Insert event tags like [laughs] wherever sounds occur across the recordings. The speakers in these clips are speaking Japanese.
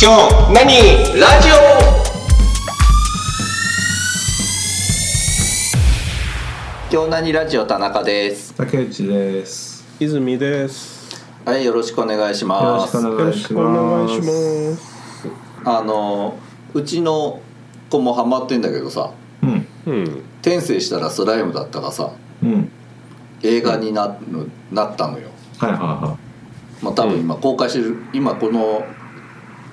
今日何ラジオ今日何ラジオ田中です。竹内です。泉です。はい、よろしくお願いしよろましす。くおよ願ろいししくお願まいしす。ます。あのうちの子もハマってんだけどさ、うん、うん。転生したらスライムだったがさ、うん、映画にななったのよ。はいはいはまあ多分今公開してる、今この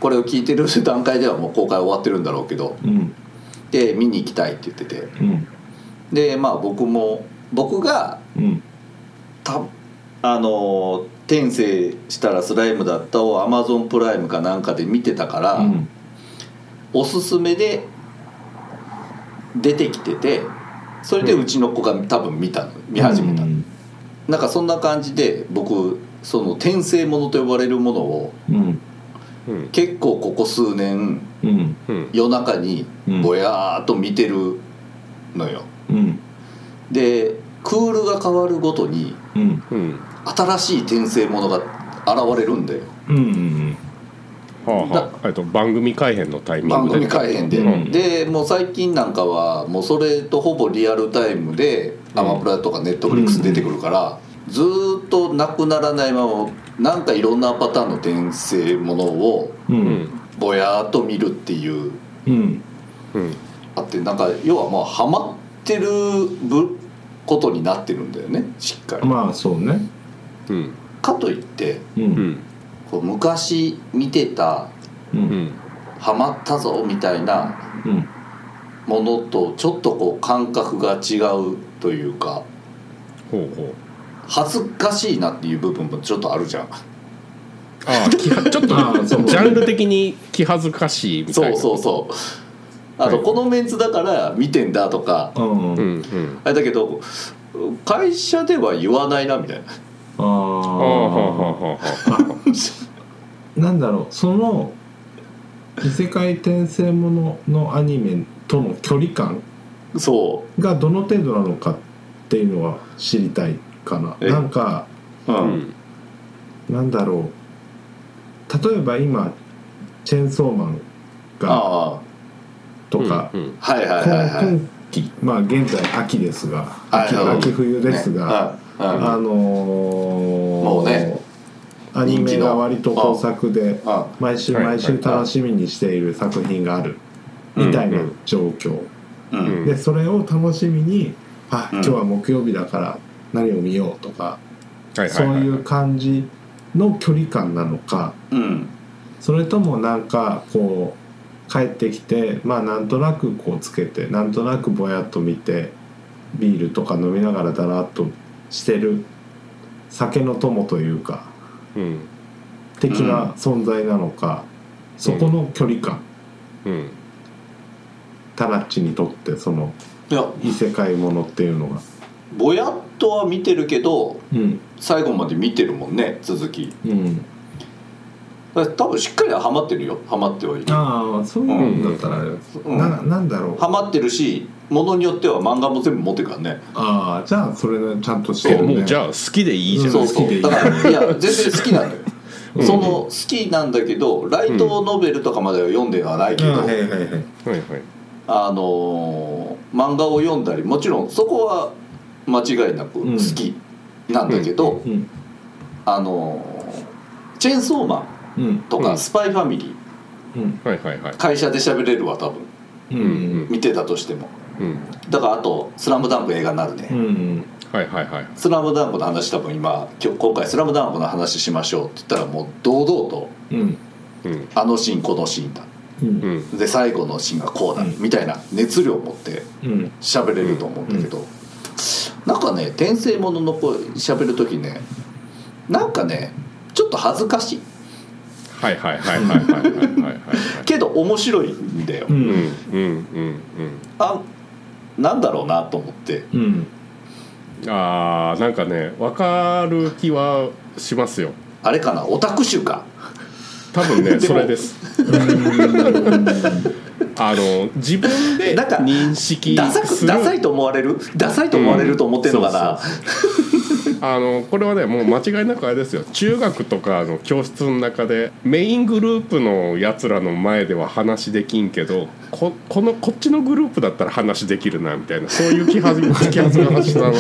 これを聞いてる [laughs] 段階ではもう公開終わってるんだろうけど、い。うん、で見に行きたいって言ってて、うん、でまあ僕も僕がうん、たあの転生したらスライムだったをアマゾンプライムかなんかで見てたから。うん、おすすめで出てきててそれでうちの子が多分見たの見始めた、うん、なんかそんな感じで僕その転生ものと呼ばれるものをうん、うん。結構ここ数年うん、うん。夜中にうんぼやーっと見てるのよ、うん、でクールが変わるごとにうん、うん。新しい転生ものが現れるんだようん、はあはあ。えっと番組改編のタイミン番グ組。で改編で、うんでもう最近なんかはもうそれとほぼリアルタイムでアマプラとかネットフリックス出てくるから、ずーっとなくならないままなんかいろんなパターンの転生ものをうん、う、うんん。ぼやーっと見るっていううん、うん。あってなんか要はまあハマってるぶことになってるんだよねしっかり。まあ、そうね。うん。かといってう、うんん。こう昔見てたう、うんん。ハマったぞみたいなうん、ものとちょっとこう感覚が違うというか。ほうほう。恥ずかしいなっていう部分もちょっとあるじゃんああ、きはちょっああそとうジャンル的に気恥ずかしいみたいそうな。そうそうあと、はいこのメンツだから見てんだとかうん、うんうん。あれだけど会社では言わないなみたいなあああはああ、はあはあはあ。なんだろう、その。異世界転生もののアニメとの距離感そがどの程度なのかっていうのは知りたいかな。えなんか。ううん、うんなんだろう例えば今チェーンソーマンがあとか、うんあはいこはいんはいはい今期まあ現在秋ですがはい秋,、はい秋冬ですが、ねうんうんあのーもうねアニメが割と豊作であ毎週毎週楽しみにしている作品があるみたいな状況、ううんんでそれを楽しみにあうん今日は木曜日だから何を見ようとか、はいはいはい。そういう感じの距離感なのか、うんそれともなんかこう帰ってきてまあなんとなくこうつけてなんとなくぼやっと見てビールとか飲みながらだらっとしてる酒の友というかうん的な存在なのか、そこの距離感うん。タラッチにとってそのいや異世界ものっていうのが。ぼやっとは見てるけどうん最後まで見てるもんね続きうん、だから多分しっかりはハマってるよハマってはいるああそうなんだったらあれ、うんななんだろうハマってるしものによっては漫画も全部持ってるからねああじゃあそれでちゃんとしてえるねもうじゃあ好きでいいじゃん。そう好そきでいういだからいや全然好きなの [laughs] よ、うんその好きなんだけどライトノベルとかまでは読んではないけうんど、はいはいはいはいはい。あのー漫画を読んだりもちろんそこは間違いなく好きなんだけど、うんあのーチェーンソーマンうんとかうんスパイファミリー、うんはいはいはい。会社で喋れるわ多分うんうん見てたとしてもうん。だからあと「スラムダンク映画になるね、うんうんはいはいはい。スラムダンクの話多分今今日今回「スラムダンクの話しましょうって言ったらもう堂々とうんうんあのシーンこのシーンだうんうんで最後のシーンがこうだ、うんみたいな熱量を持ってうん喋れると思うんだけど、なんかね転生ものの子喋る時ねなんかねちょっと恥ずかしいはいはいはいはいはいはいはいはい。けど面白いんだよ、うんうんうんうんあなんだろうなと思ってうんうん。ああなんかねわかる気はしますよ。あれかなオタク集か多 [laughs] 分でねもそれです。あの自分でなんか認識ダサくするダサいと思われるダサいと思われると思ってんのかな、そうそうそうあのこれはねもう間違いなくあれですよ中学とかの教室の中でメイングループのやつらの前では話できんけどここのこっちのグループだったら話できるなみたいなそういう気はず [laughs] 気はずの話の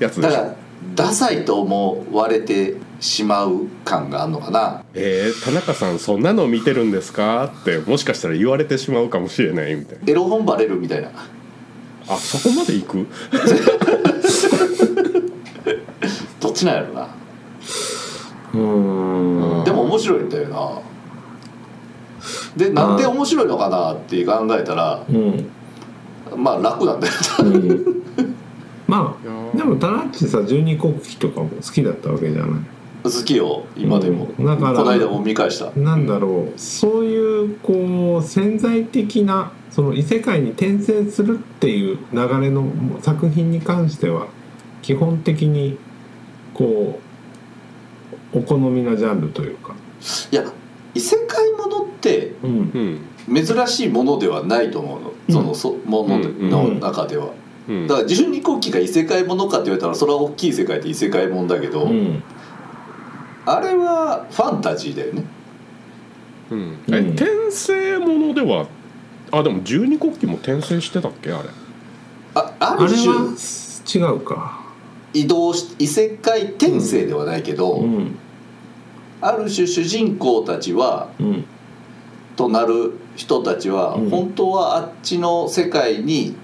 やつでだかしょらダサいと思われてしまう感があるのかなえー、田中さんそんなの見てるんですか?」ってもしかしたら言われてしまうかもしれないみたいなエロ本バレるみたいなあそこまで行くどっちなんやろなうーんでも面白いんだよなでなんで面白いのかなって考えたらうんまあ楽なんだようんまいやあーでもタラッチさ十二国旗とかも好きだったわけじゃない [laughs] 好きよ今でも、うんだからこの間も見返したなんだろうそういうこう潜在的なその異世界に転生するっていう流れの作品に関しては基本的にこうお好みなジャンルというか、いや異世界ものってうんうん珍しいものではないと思うのそのそものでうんの中ではうんだから自分に国旗が異世界ものかって言われたらそれは大きい世界って異世界もんだけど、うん、あれはファンタジーだよねうんうえん転生ものではあでも十二国旗も転生してたっけあれあああれる種は違うか、移動し異世界転生ではないけど、うんある種主人公たちはうんとなる人たちは、うん本当はあっちの世界に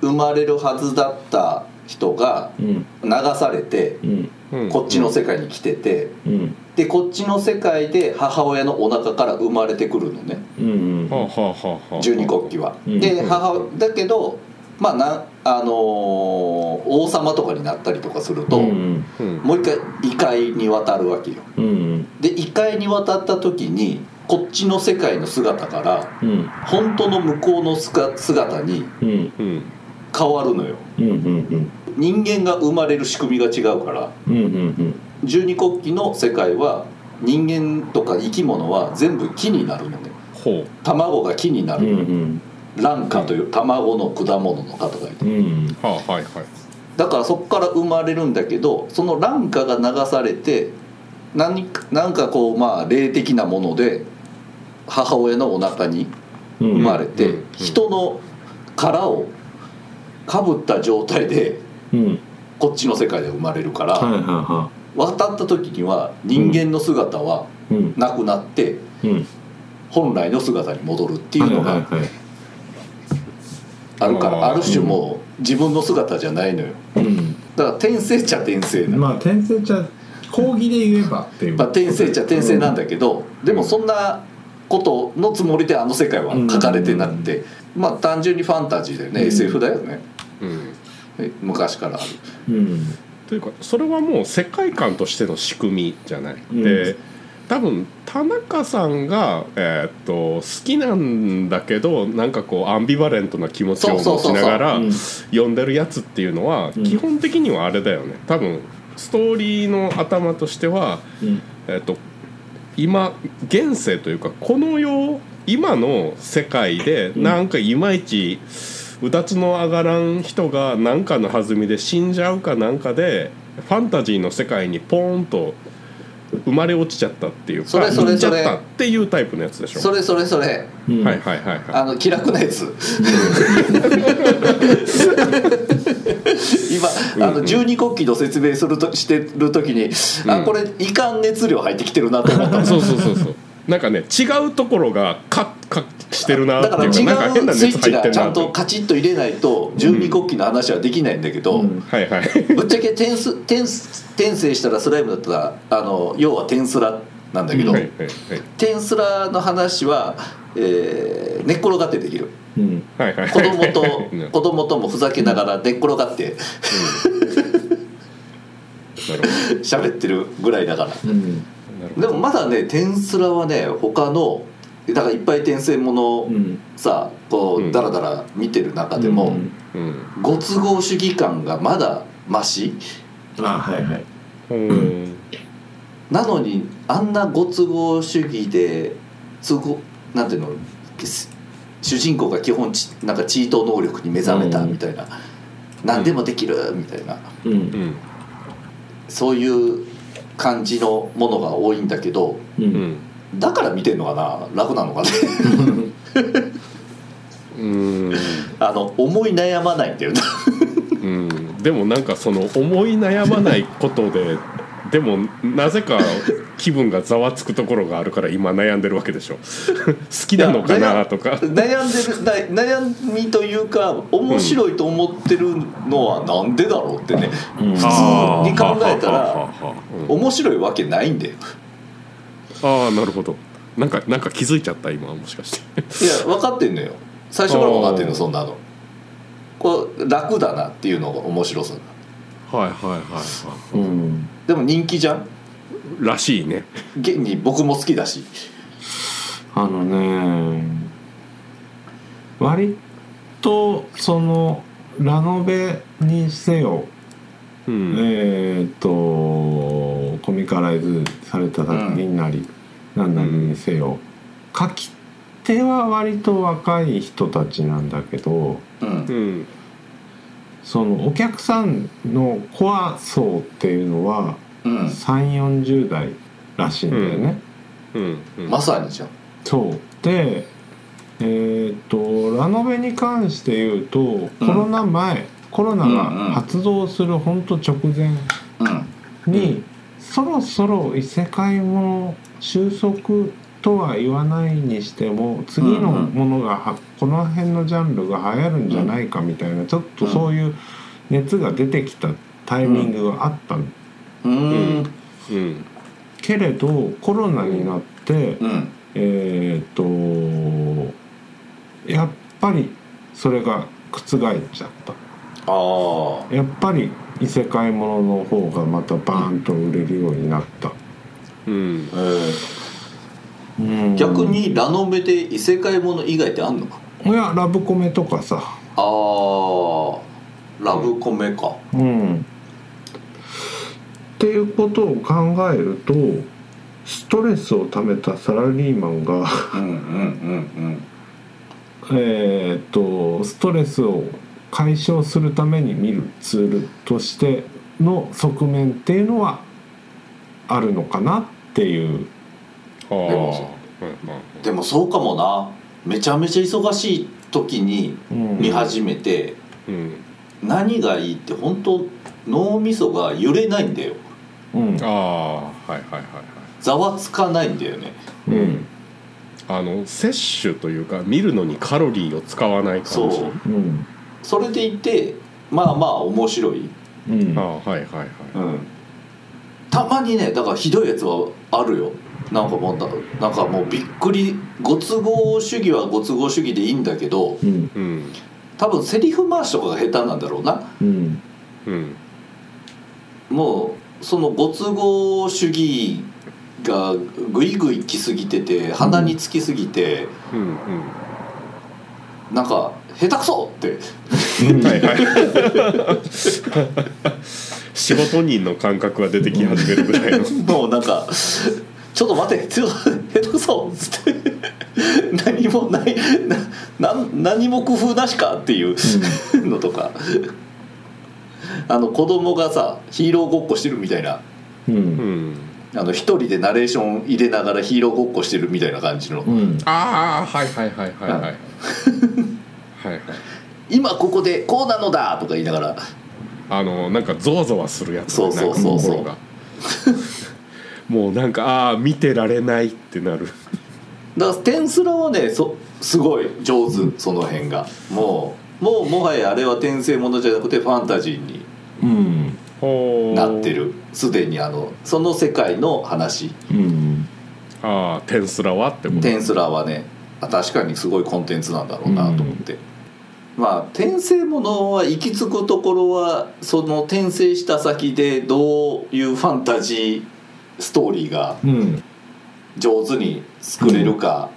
生まれるはずだった人がうん流されてうんうんこっちの世界に来てて、うんでこっちの世界で母親のお腹から生まれてくるのねうんはあはあはあはあ十二国旗は。うんでうん母だけどまあなあのー王様とかになったりとかすると、うんうんもう一回異界に渡るわけよ。うんで異界に渡った時にこっちの世界の姿からうん本当の向こうのすが姿にうんうん変わるのようんうんうん人間が生まれる仕組みが違うからうんうん十二国旗の世界は人間とか生き物は全部木になるのねほ卵が木になうんうる、ん卵花という卵の果物の花とか言ってうんうはあはいはいだからそこから生まれるんだけどその卵花が流されて何かなんかこうまあ霊的なもので母親のお腹にうん生まれて、うんうん人の殻をかぶった状態でうんこっちの世界で生まれるから、はいはいは渡った時には人間の姿はいうんなくなってうん本来の姿に戻るっていうのはいがはいはいあるから、あーある種もう自分の姿じゃないのようんだから転生っちゃ転生なの、ままあ転生ちゃ講義で言えばっていう、あ、転生っちゃ転生なんだけど、でもそんなことのつもりであの世界は書かれてなくて、まあ単純にファンタジーだよね、うん SF だよねうんえ昔からあるうんというかそれはもう世界観としての仕組みじゃない、うんで多分田中さんが、えーっと好きなんだけどなんかこうアンビバレントな気持ちそうをそう持そうそうちながらうん読んでるやつっていうのはうん基本的にはあれだよね多分ストーリーの頭としては、うんえーっと今現世というかこの世今の世界でんなんかいまいちうだつの上がらん人が何かの弾みで死んじゃうかなんかでファンタジーの世界にポーンと生まれ落ちちゃったっていうかそれそれ行っちゃっそれたっていうタイプのやつでしょそれそれそれうんはいはいはいはあの気楽なやつ今あうんうのん十二国旗の説明するとしてる時に、うあんこれいかん熱量入ってきてるなと思ったいそうそうそうそうなんかね違うところがカッカッしてるなだっからてい違うかなんか変なうスイ熱ッチ入ってがるちゃなんととカチッと入れないと十二国旗の話はできないんだけど、うんはいはいぶっちゃけ転す転す転生したらスライムだったらあの要は転スラなんだけど、はいはい転スラの話は、えー寝っ転がってできるうんはいはいはい子供と [laughs] なる子供ともふざけながら寝っ転がってほど喋ってるぐらいだからうんなるほでどもまだね転スラはね他のだからいっぱい転生ものうをんさこううんダラダラ見てる中でも、うんうんご都合主義感がまだマシあはいはいうんなのにあんなご都合主義で都合なんていうのす主人公が基本ちなんかチート能力に目覚めたみたいな、何でもできるみたいなうんうんそういう感じのものが多いんだけどううんんだから見てんのかな楽なのかねうんあの思い悩まないんだよねうんでもなんかその思い悩まないことででもなぜか気分がざわつくところがあるから今悩んでるわけでしょ好きなのかなとか悩んでるな悩みというか面白いと思ってるのはなんでだろうってね、う普ん通に考えたあーらははははうん面白いわけないんだよあーなるほどなんかなんか気づいちゃった今もしかしていや分かってんのよ最初から分かってんおのーそんなのこう楽だなっていうのが面白さはいはいはいはうんでも人気じゃんいらしいね現に僕も好きだしあのね割とそのラノベにせよ、うん、えーっとコミカライズされた作品なり、なん、なりにせよ、書き手は割と若い人たちなんだけどうんうんそのお客さんのコア層っていうのはうん3 4 0代らしいんだよね。うんうんまさにじゃんそうでえーっとラノベに関して言うと、コロナ前コロナが発動するほんと直前うんに、うそろそろ異世界も収束とは言わないにしても次のものがは、この辺のジャンルが流行るんじゃないかみたいなちょっとそういう熱が出てきたタイミングがあったのうーんうんけれどコロナになって。うんえーっとやっぱりそれが覆っちゃっああたやっぱり異世界ものの方がまたバーンと売れるようになった、うんえー逆にラノベで異世界もの以外ってあんのかいやラブコメとかさあーラブコメかうんっていうことを考えるとストレスをためたサラリーマンがうんうんうんえーっとストレスを解消するために見るツールとしての側面っていうのはあるのかなっていうああでもうんでもそうかもなめちゃめちゃ忙しい時に見始めて、うん何がいいって本当脳みそが揺れないんだようんああはいはいはいはいざわつかないんだよねうんあの摂取というか見るのにカロリーを使わない感じそううんそれでいてまあまあ面白い、うんああはいはいはいうん、たまにねだからひどいやつはあるよなんかもうだなんかもうびっくりご都合主義はご都合主義でいいんだけどうんうん多分セリフ回しとかが下手なんだろうなうんうんもうそのご都合主義がぐいぐい来すぎてて鼻につきすぎて、うんうんなんか下手くそってはいはい仕事人の感覚が出てき始めるぐらいのもうなんか「ちょっと待てちょっと下手くそ」っつって何もないななん何も工夫なしかっていうのとか、あの子供がさヒーローごっこしてるみたいなううんんあの一人でナレーション入れながらヒーローごっこしてるみたいな感じのうんああはいはいはいはいはいはいはい「今ここでこうなのだ!」とか言いながらあのなんかゾワゾワするやつそうそうそうそうなんか心がもうなんかああー見てられないってなるだからテンスラはねそすごい上手その辺がもうもうもはやあれは転生ものじゃなくてファンタジーにうんなってるすでにあのその世界の話うんああテンスラはってことテンスラはねあ確かにすごいコンテンツなんだろうなと思って、まあ転生ものは行き着くところはその転生した先でどういうファンタジーストーリーがうん上手に作れるか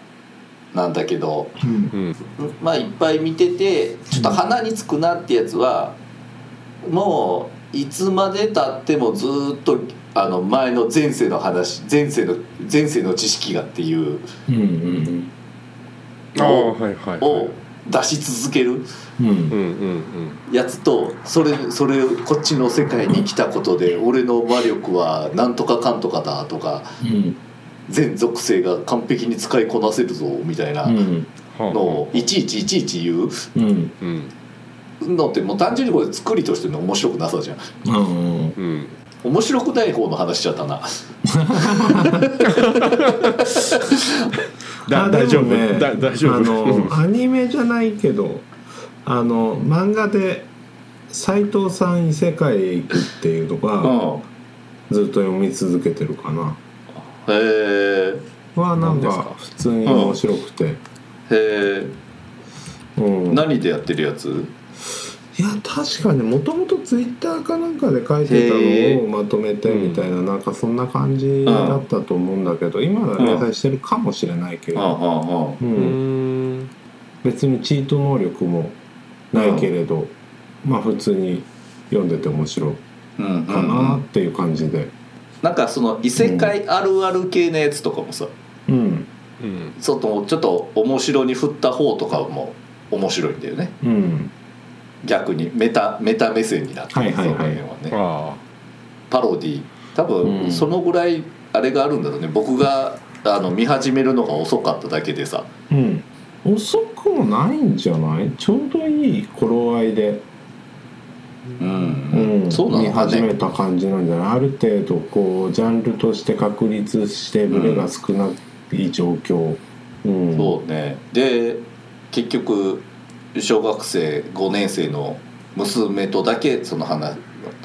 なんだけど、うんまあいっぱい見ててちょっと鼻につくなってやつはもういつまでたってもずーっとあの前の前世の話前世の前世の知識がっていううんうんああはいはいはいを出し続けるうんうんうんやつとそれそれこっちの世界に来たことで俺の魔力はなんとかかんとかだとかうん全属性が完璧に使いこなせるぞみたいなうんうんのをいちいちいちいち言ううんうんのってもう単純にこれ作りとしての面白くなさじゃんうんうん面白くない方の話しちゃったなだあ大丈夫でもねだ大丈夫あうん [laughs] のアニメじゃないけどあの漫画で斎藤さん異世界へ行くっていうのがうんずっと読み続けてるかなへえはなん何ですかか普通に面白くて、へえうん、何でやってるやついや確かねもともとツイッターかなんかで書いてたのをまとめてみたいな、なんかそんな感じだったと思うんだけど、今は連載してるかもしれないけうんど、うんうんうんうん別にチート能力もないけれど、まあ普通に読んでて面白いうんうかんうなんっていう感じで、なんかその異世界あるある系のやつとかもさうんうんちょっとちょっと面白に振った方とかも面白いんだよねうん逆にメタメタ目線になってるはいはいはいその辺はねあパロディ多う分んそのぐらいあれがあるんだろうね僕があの見始めるのが遅かっただけでさうん遅くもないんじゃないちょうどいい頃合いで、ううんんそうな見のか始めねた感じなんじゃないある程度こうジャンルとして確立してブレが少ない状況、うんそうねで結局小学生5年生の娘とだけその話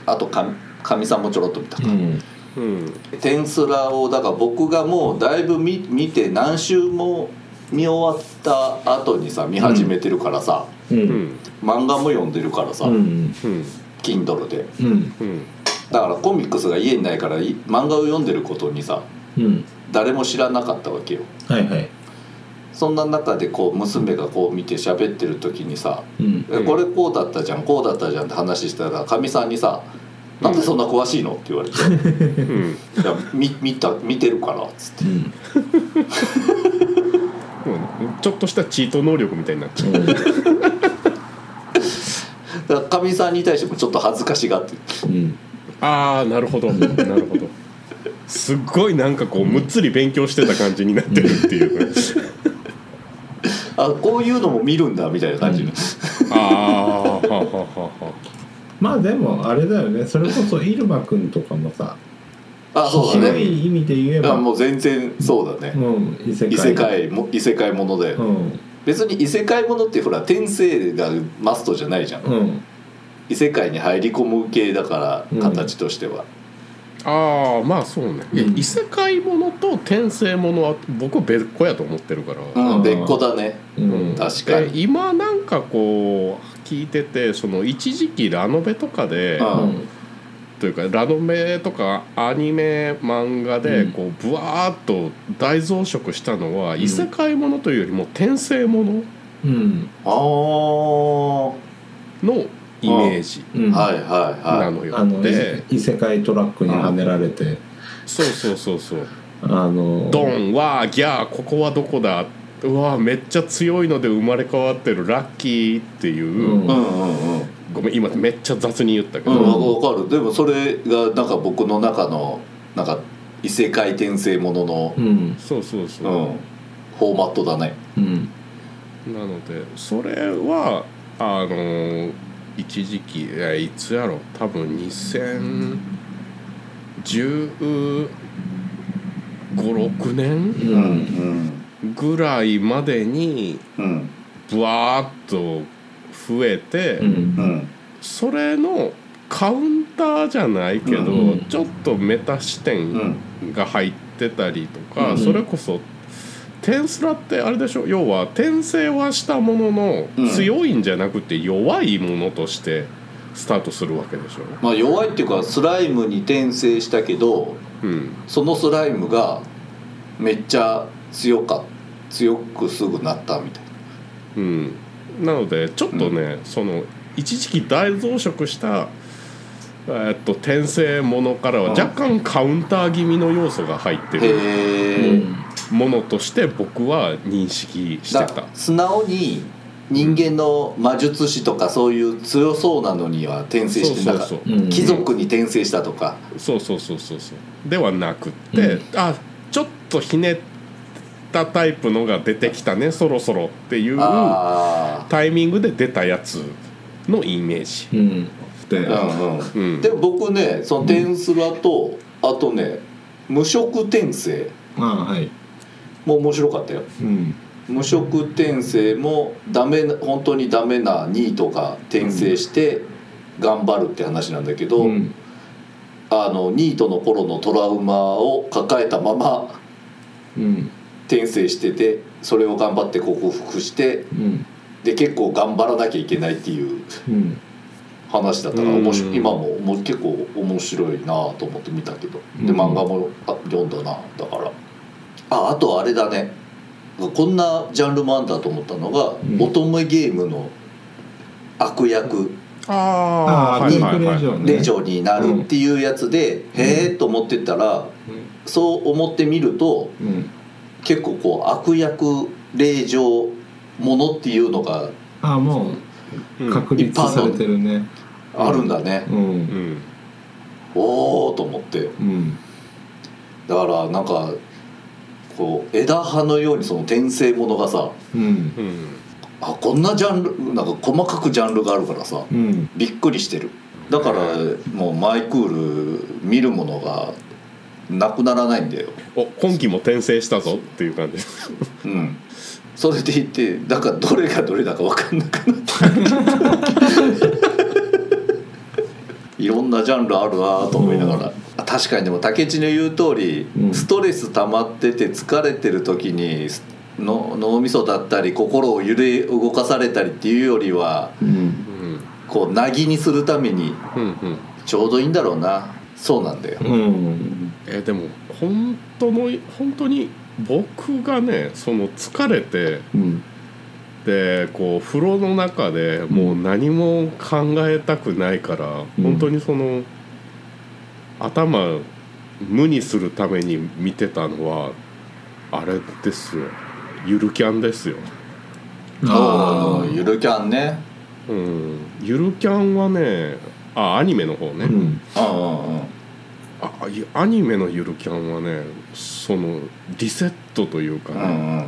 あとかみかみさんもちょろっと見たかうんあうんテンスラをだから僕がもうだいぶ見見て何週も見終わった後にさ見始めてるからさ、ううんん漫画も読んでるからさ、うんうん Kindle でうんうんだからコミックスが家にないからい漫画を読んでることにさうん誰も知らなかったわけよはいはいそんな中でこう娘がこう見て喋ってる時にさうんえうんこれこうだったじゃんこうだったじゃんって話したらかみさんにさ「なんでそんな詳しいの?」って言わ [laughs] れて「うんいやみ見た見てるから」っつってうんうんちょっとしたチート能力みたいになっちゃうだからかみさんに対してもちょっと恥ずかしがってうんああなるほどなるほどすっごいなんかこうむっつり勉強してた感じになってるっていうあこういうのも見るんだみたいな感じの、ああーははははまあでもあれだよねそれこそイルマくんとかもさあそうだ広ねい意味で言えあばもう全然そうだね、うん異世界異世界も異世界ものだよ、うん別に異世界ものってほら転生がマストじゃないじゃん、うん異世界に入り込む系だかうんら形としては、ああまあそうね、いやうん異世界ものと転生ものは僕別個やと思ってるから、うんうん別個だねうん確かにで今なんかこう聞いててその一時期ラノベとかで、うんというかラノベとかアニメ漫画でうんこうブワーッと大増殖したのは、ん異世界ものというよりも転生ものうんああはのイメージうんいはいはないのよ。あので異世界トラックにはねられてそうそうそうそうあのドンわーギャーここはどこだうわーめっちゃ強いので生まれ変わってるラッキーっていう、ううんんうんうんごめん今めっちゃ雑に言ったけうど、ん、わかるでもそれがなんか僕の中のなんか異世界転生ものの、うんそうそうそうう、んフォーマットだねうんなのでそれはあのー一時期いやいつやろ多分201516年ううんんぐらいまでにうんブワーッと増えて、うんうんそれのカウンターじゃないけど、うんうんちょっとメタ視点うんが入ってたりとか、うんそれこそ転スラってあれでしょ要は転生はしたものの、うん強いんじゃなくて弱いものとしてスタートするわけでしょ。まあ弱いっていうかスライムに転生したけどうんそのスライムがめっちゃ強か強くすぐなったみたいうん、なのでちょっとね、その一時期大増殖した、えーっと転生ものからはうん若干カウンター気味の要素が入ってなるへえ、うんものとして僕は認識してだた。素直に人間の魔術師とかそういう強そうなのには転生してなかったそうそうそううん貴族に転生したとか、そうそうそうそうそうではなくって、うんあちょっとひねったタイプのが出てきたねそろそろっていうあタイミングで出たやつのイメージ、うんで、あうんうんうん、でも僕ねその転スラと、あとね無職転生あはいも面白かったようん無職転生もダメな本当にダメな2位とか転生して頑張るって話なんだけど、うんあのニートの頃のトラウマを抱えたままうん転生しててそれを頑張って克服してうんで結構頑張らなきゃいけないっていううん話だったから面白うんい今ももう結構面白いなと思って見たけどでうん漫画もあ読んだなだからああとあれだねこんなジャンルもあんだと思ったのが、ん乙女ゲームの悪役あーあーはいピンクはい令嬢はね令嬢になるっていうやつで、へえと思ってたらそう思ってみるとうん結構こう悪役令嬢ものっていうのがああもい、う確立されてるねあるんだね、うんうんおおと思ってうんだからなんかこう枝葉のようにその転生ものがさうんうんうんあこんなジャンルなんか細かくジャンルがあるからさうんびっくりしてるだからもうマイクール見るものがなくならないんだよお今期も転生したぞっていう感じうんそれでいてだからどれがどれだか分かんなくなった [laughs] いろんなジャンルあるわと思いながら、あ確かにでも竹内の言う通り、うんストレス溜まってて疲れてる時にすの脳みそだったり心を揺れ動かされたりっていうよりはうんうんこうなぎにするためにうんうんちょうどいいんだろうなそうなんだようんえーでも本当の本当に僕がねその疲れてうんでこう風呂の中でもう何も考えたくないから、うん本当にその頭無にするために見てたのはあれですよゆるキャンですよ、ああゆるキャンねうん、ゆるキャンはねあアニメの方ね、うんうんうんうんあいアニメのゆるキャンはねそのリセットというかうね、んうんうん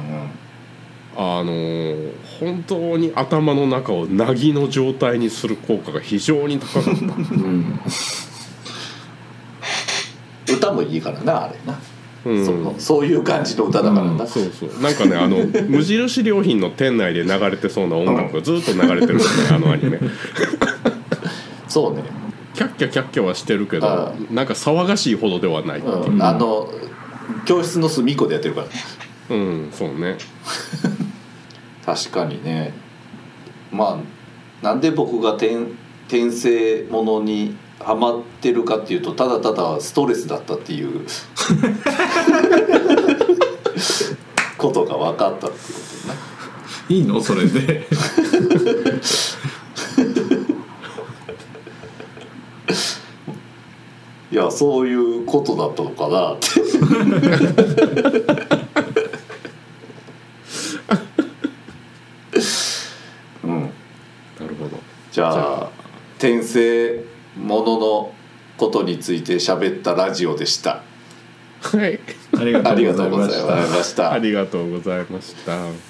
あのー本当に頭の中をなぎの状態にする効果が非常に高かった [laughs] うん歌もいいからなあれな、うんそのそういう感じの歌だからな、うんそうそうなんかねあ [laughs] の無印良品の店内で流れてそうな音楽がずっと流れてるんですねあのアニメそうね、キャッキャキャッキャはしてるけどあなんか騒がしいほどではないうんうんあの教室の隅っこでやってるからうんそうね確かにねまあなんで僕が転転生ものにハマってるかっていうとただただストレスだったっていうことが分かったっていうことねいいのそれでいやそういうことだったのか [laughs] なってうんなるほどじゃあ転生もののことについて喋ったラジオでしたはいありがあとりうがござというござましいたましたありがとうございました